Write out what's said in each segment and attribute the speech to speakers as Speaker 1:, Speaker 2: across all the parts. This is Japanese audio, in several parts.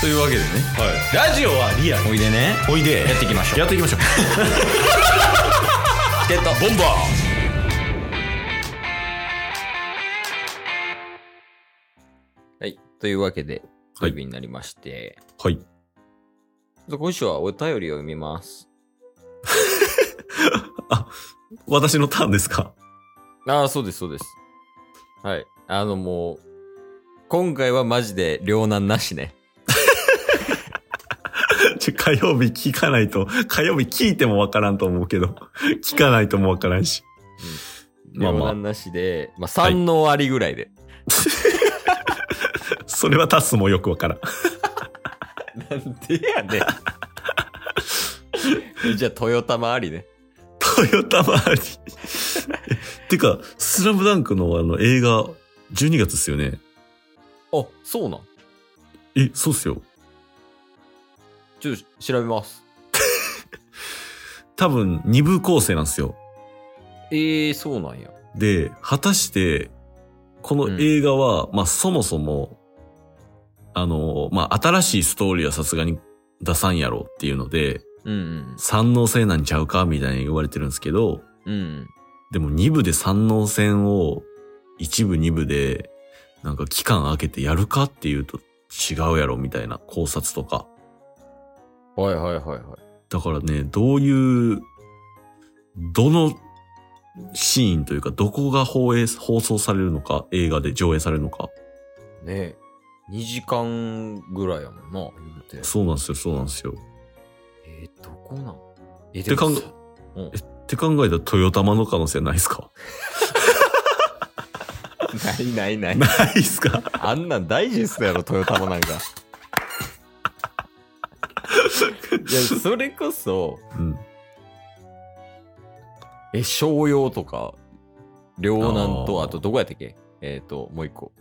Speaker 1: というわけでね
Speaker 2: ラジオはリアル
Speaker 1: おいでね
Speaker 2: おいで
Speaker 1: やっていきましょう
Speaker 2: やっていきましょう
Speaker 1: チケットボンバーはいというわけで土曜日になりまして、
Speaker 2: はい
Speaker 1: ちょっと今週はお便りを読みます
Speaker 2: 私のターンですか
Speaker 1: ああそうですそうですはいあのもう今回はマジで両難なしね
Speaker 2: ちょ火曜日聞かないと火曜日聞いてもわからんと思うけど聞かないともわからんしまあ
Speaker 1: 両
Speaker 2: まあ
Speaker 1: 難なしで、まあ3の割りぐらいで、
Speaker 2: それはタスもよくわからん
Speaker 1: なんでやねん じゃあトヨタもありね
Speaker 2: トヨタ周り てか「スラムダンクのあの映画12月ですよね
Speaker 1: あそうなん
Speaker 2: えそうっすよ
Speaker 1: ちょっと調べます
Speaker 2: 多分2部構成なんですよ
Speaker 1: ええー、そうなんや
Speaker 2: で果たしてこ
Speaker 1: う
Speaker 2: の
Speaker 1: ん
Speaker 2: 映画は、まあそもそもあのまあ新しいストーリーはさすがに出さんやろっていうので
Speaker 1: うん
Speaker 2: 三能線なんちゃうかみたいに言われてるんですけど
Speaker 1: うんうん
Speaker 2: でも2部で三能線を一部2部でなんか期間空けてやるかっていうと違うやろみたいな考察とか
Speaker 1: はいはいはいはい
Speaker 2: だからね、どういう、どのシーンというか、どこが放映、放送されるのか、映画で上映されるのか。
Speaker 1: ねえ2時間ぐらいやもんな言うて
Speaker 2: そうなんですよ、そうなんですよ。
Speaker 1: えー、どこなんえ
Speaker 2: てかん
Speaker 1: でもさうん
Speaker 2: えって考えたら、トヨタマの可能性ないっすか
Speaker 1: ないないない
Speaker 2: ないっすか
Speaker 1: あんなん大事ですやろトヨタもなんかいやそれこそ
Speaker 2: うん。
Speaker 1: え商用とか両南と
Speaker 2: あ
Speaker 1: あ
Speaker 2: ー
Speaker 1: とどこやったっけえっ、ともう一個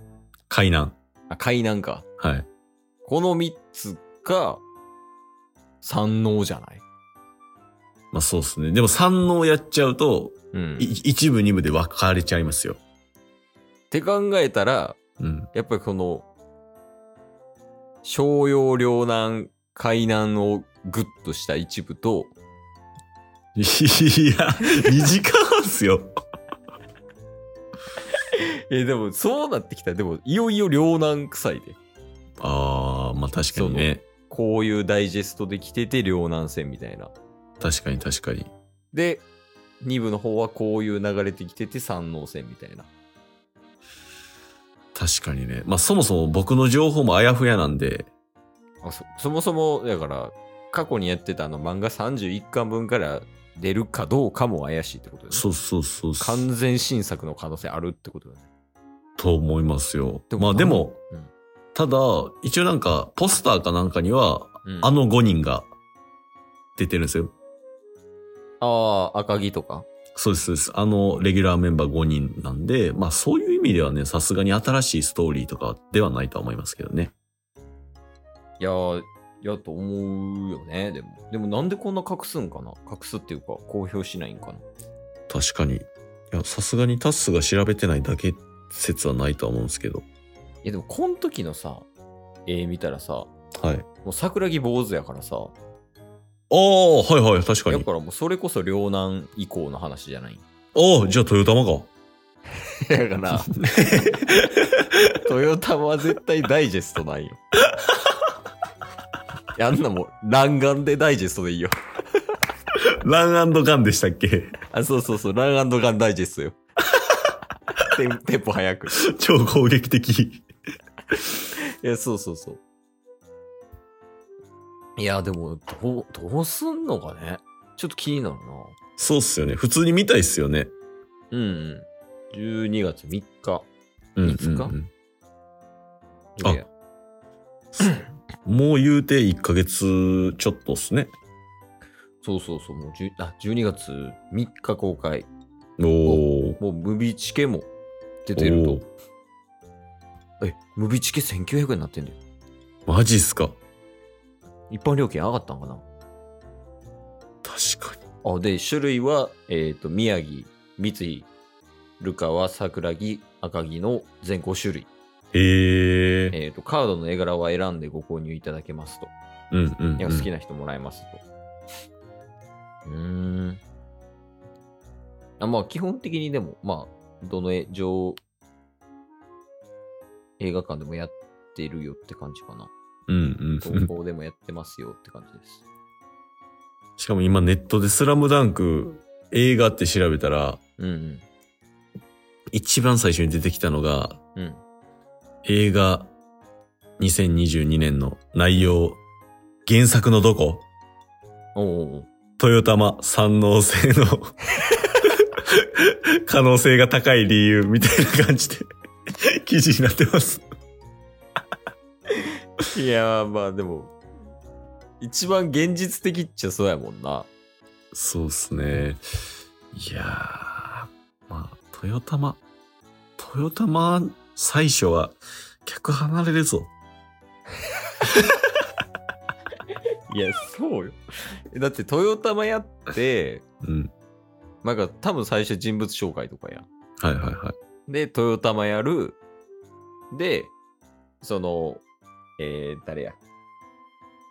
Speaker 2: 海南。
Speaker 1: あ海南か
Speaker 2: はい。
Speaker 1: この3つが三能じゃない
Speaker 2: まあそうっすね。でも三能やっちゃうと、
Speaker 1: うん
Speaker 2: い一部二部で分かれちゃいますよ。
Speaker 1: って考えたら、
Speaker 2: うん。
Speaker 1: やっぱりこの、商用両南、海南をグッとした一部と、
Speaker 2: いや、2時間半っすよ。
Speaker 1: えでもそうなってきたら、でもいよいよ両南臭いで。
Speaker 2: あー、まあ確かにね。
Speaker 1: こういうダイジェストで来てて両南戦みたいな。
Speaker 2: 確かに確かに。
Speaker 1: で、2部の方はこういう流れてきてて三能戦みたいな。
Speaker 2: 確かにね。まあそもそも僕の情報もあやふやなんで、
Speaker 1: あそそもそも、だから、過去にやってたあの漫画31巻分から出るかどうかも怪しいってことですね。
Speaker 2: そうそうそうそう。
Speaker 1: 完全新作の可能性あるってことだね。
Speaker 2: と思いますよ。
Speaker 1: でも
Speaker 2: まあでも、
Speaker 1: うん
Speaker 2: ただ、一応なんか、ポスターかなんかには、
Speaker 1: うん
Speaker 2: あの5人が出てるんですよ。
Speaker 1: ああ、赤木とか。
Speaker 2: そうです、そうです。あの、レギュラーメンバー5人なんで、まあそういう意味ではね、さすがに新しいストーリーとかではないとは思いますけどね。
Speaker 1: いやー、いやと思うよね、でも。でもなんでこんな隠すんかな隠すっていうか、公表しないんかな
Speaker 2: 確かに。いや、さすがにタッスが調べてないだけ説はないとは思うんですけど。
Speaker 1: いや、でもこの時のさ、絵見たらさ、も
Speaker 2: はい。
Speaker 1: う桜木坊主やからさ、
Speaker 2: ああ、はいはい、確か
Speaker 1: だ
Speaker 2: に。
Speaker 1: からもうそれこそ両南以降の話じゃない。
Speaker 2: ああ、じゃあトヨタマか。
Speaker 1: だから、 トヨタは絶対ダイジェスト ないよ。いやあんなもう、乱眼でダイジェストでいいよ。
Speaker 2: ランガンでしたっけ
Speaker 1: あ、そうそうそう、ランガンダイジェスト よ。テンテンポ早く。
Speaker 2: 超攻撃的。
Speaker 1: いや、そうそうそう。いや、でも、どう、どうすんのかね。ちょっと気になるな。
Speaker 2: そうっすよね。普通に見たいっすよね。
Speaker 1: うんうん。12月3日。
Speaker 2: うん
Speaker 1: いつか
Speaker 2: うんあ うんもう言うて1ヶ月ちょっとっすね。
Speaker 1: そうそうそう、もう10あ12月3日公開。
Speaker 2: おお。
Speaker 1: もう、ムビチケも出てる
Speaker 2: お
Speaker 1: と
Speaker 2: ー。
Speaker 1: え、ムビチケ1900円になってんだよ。
Speaker 2: マジっすか。
Speaker 1: 一般料金上がったんかな
Speaker 2: 確かに。
Speaker 1: あ、で、種類は、えっ、と、宮城、三井、ルカワ、桜木、赤木の全5種類。
Speaker 2: へえ。
Speaker 1: えーと、カードの絵柄を選んでご購入いただけますと。
Speaker 2: うんうん、うん。
Speaker 1: いや好きな人もらえますと。うーん。あまあ、基本的にでも、まあ、どの絵上、映画館でもやってるよって感じ かな。
Speaker 2: うんうんうん
Speaker 1: 東。宝でもやってますよって感じです。
Speaker 2: しかも今ネットでスラムダンク映画って調べたら、
Speaker 1: うん
Speaker 2: 一番最初に出てきたのが、
Speaker 1: うん。うん。
Speaker 2: 映画2022年の内容、原作のどこ
Speaker 1: おうおうおう
Speaker 2: 豊玉三能性の 可能性が高い理由みたいな感じで記事になってます。
Speaker 1: いやー、まあでも、一番現実的っちゃそうやもんな。
Speaker 2: そうっすね。いやー、まあ、豊玉、豊玉最初は客離れるぞ。
Speaker 1: いや、そうよ。だって、豊玉やって、
Speaker 2: うん。
Speaker 1: なんか多分最初人物紹介とかやん。
Speaker 2: はいはいはい。
Speaker 1: で、豊玉やる。で、その、えー、誰や。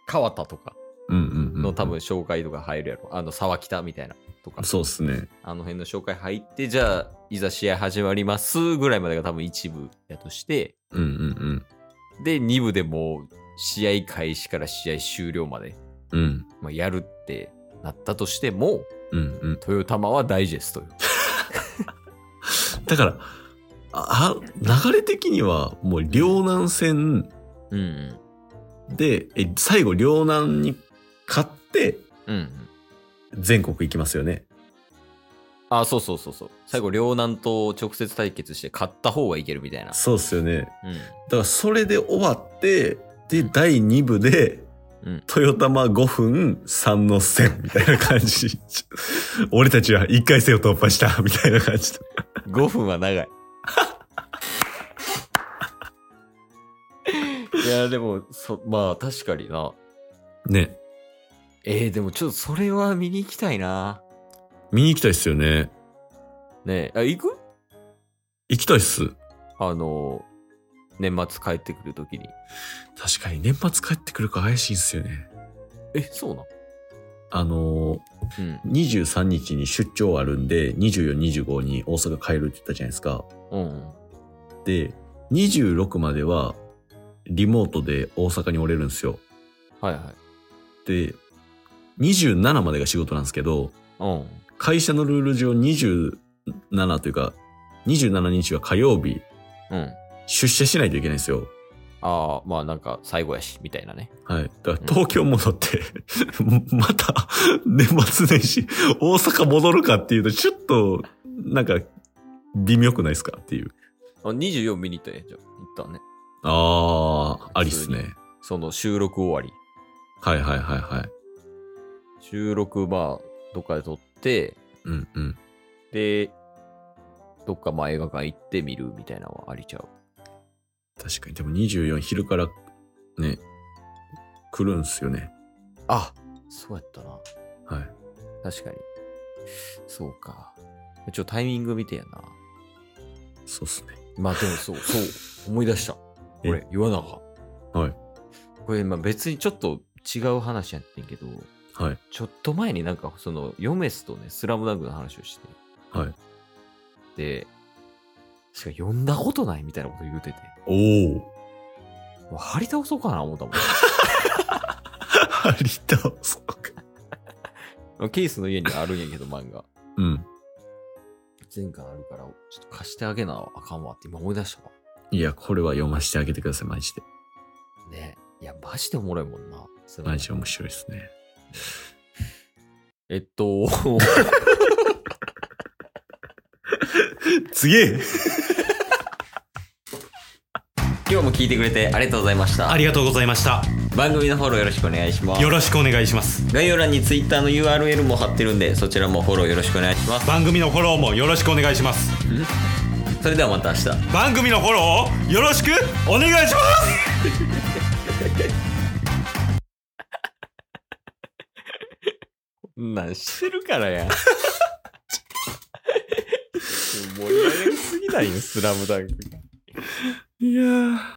Speaker 1: 川田とか
Speaker 2: うんうん、うん。
Speaker 1: の多分。紹介とか入るやろ。あの、沢北みたいなとか。
Speaker 2: そうっすね。
Speaker 1: あの辺の紹介入って、じゃあ、いざ試合始まりますぐらいまでが多分一部やとして、
Speaker 2: うんうん
Speaker 1: で、二部でもう試合開始から試合終了まで、
Speaker 2: うん。うん。
Speaker 1: まあ、やるってなったとしても、
Speaker 2: うんうん。
Speaker 1: 豊玉はダイジェストよ。
Speaker 2: だから、あ、あ流れ的にはもう両南戦
Speaker 1: うんうん。
Speaker 2: で、え最後両南に勝って
Speaker 1: うんうん。
Speaker 2: 全国行きますよね。
Speaker 1: あ、そうそうそうそう。最後、両南と直接対決して勝った方がいけるみたいな。
Speaker 2: そうっすよね。
Speaker 1: う
Speaker 2: だからそれで終わって、で、第2部で、
Speaker 1: うん
Speaker 2: 豊玉5分3の線みたいな感じ。俺たちは1回戦を突破したみたいな感じ。
Speaker 1: ん。5分は 長い。いや、でも、そ、まあ、確かにな。
Speaker 2: ね。
Speaker 1: えー、でもちょっとそれは見に行きたいな。
Speaker 2: 見に行きたいっすよね。
Speaker 1: ねえ、あ、行く
Speaker 2: 行きたいっす。
Speaker 1: あの、年末帰ってくるときに。
Speaker 2: 確かに年末帰ってくるか怪しいんすよね。
Speaker 1: え、そうなん
Speaker 2: あの
Speaker 1: うん。
Speaker 2: ー、23日に出張あるんで、24、25に大阪帰るって言ったじゃないですか。
Speaker 1: うんうん。
Speaker 2: で、26まではリモートで大阪におれるんですよ。
Speaker 1: はいはい。
Speaker 2: で、27までが仕事なんですけど、
Speaker 1: うん。
Speaker 2: 会社のルール上27というか、27日は火曜日、
Speaker 1: うん。
Speaker 2: 出社しないといけないんですよ。
Speaker 1: ああ、まあなんか最後やし、みたいなね。
Speaker 2: はい。だから東京戻って、 また年末年始、大阪戻るかっていうと、ちょっと、なんか、微妙くないですかっていう。
Speaker 1: あ24見に行ったらええんじゃん。一旦ね。
Speaker 2: ああ、ありっす
Speaker 1: 普
Speaker 2: ね。
Speaker 1: その収録終わり。
Speaker 2: はいはいはいはい。
Speaker 1: 収録、まあ、どっかで撮って、
Speaker 2: うんうん。
Speaker 1: で、どっかまあ映画館行って見るみたいなのはありちゃう。
Speaker 2: 確かに。でも24昼から、ね、来るんすよね。
Speaker 1: あそうやったな。
Speaker 2: はい。
Speaker 1: 確かに。そうか。ちょっとタイミング見てやな。
Speaker 2: そうっすね。
Speaker 1: まあでも そう、そう、思い出した。こ
Speaker 2: え
Speaker 1: れ、言わなあかん
Speaker 2: はい。
Speaker 1: これ、まあ別にちょっと違う話やってんけど、
Speaker 2: はい。
Speaker 1: ちょっと前になんかその、ヨメスとね、スラムダンクの話をして、
Speaker 2: はい。
Speaker 1: で、しか読んだことないみたいなこと言うてて、
Speaker 2: おお。
Speaker 1: もう張り倒そうかな思ったもん。
Speaker 2: ハリタオそう か。
Speaker 1: ケースの家にあるんやけど、漫画。
Speaker 2: うん。
Speaker 1: 全巻あるから、ちょっと貸してあげなあかんわって今思い出したわ。
Speaker 2: いや、これは読ませてあげてください、マジで。
Speaker 1: ね。いや、マジでおもろいもんな。それは
Speaker 2: マジ面白いですね。
Speaker 1: えっと、
Speaker 2: 次へ
Speaker 1: 今日も聞いてくれてありがとうございました
Speaker 3: あ。りがとうございました。
Speaker 1: 番組のフォローよろしくお願いします
Speaker 3: よ。ろしくお願いします。
Speaker 1: 概要欄に Twitter の URL も貼ってるんで、そちらもフォローよろしくお願いします。
Speaker 3: 番組のフォローもよろしくお願いします。
Speaker 1: それではまた明日。
Speaker 3: 番組のフォローをよろしくお願いします
Speaker 1: なんしてるからや。盛り上がりすぎないよ、スラムダンク。
Speaker 2: いやー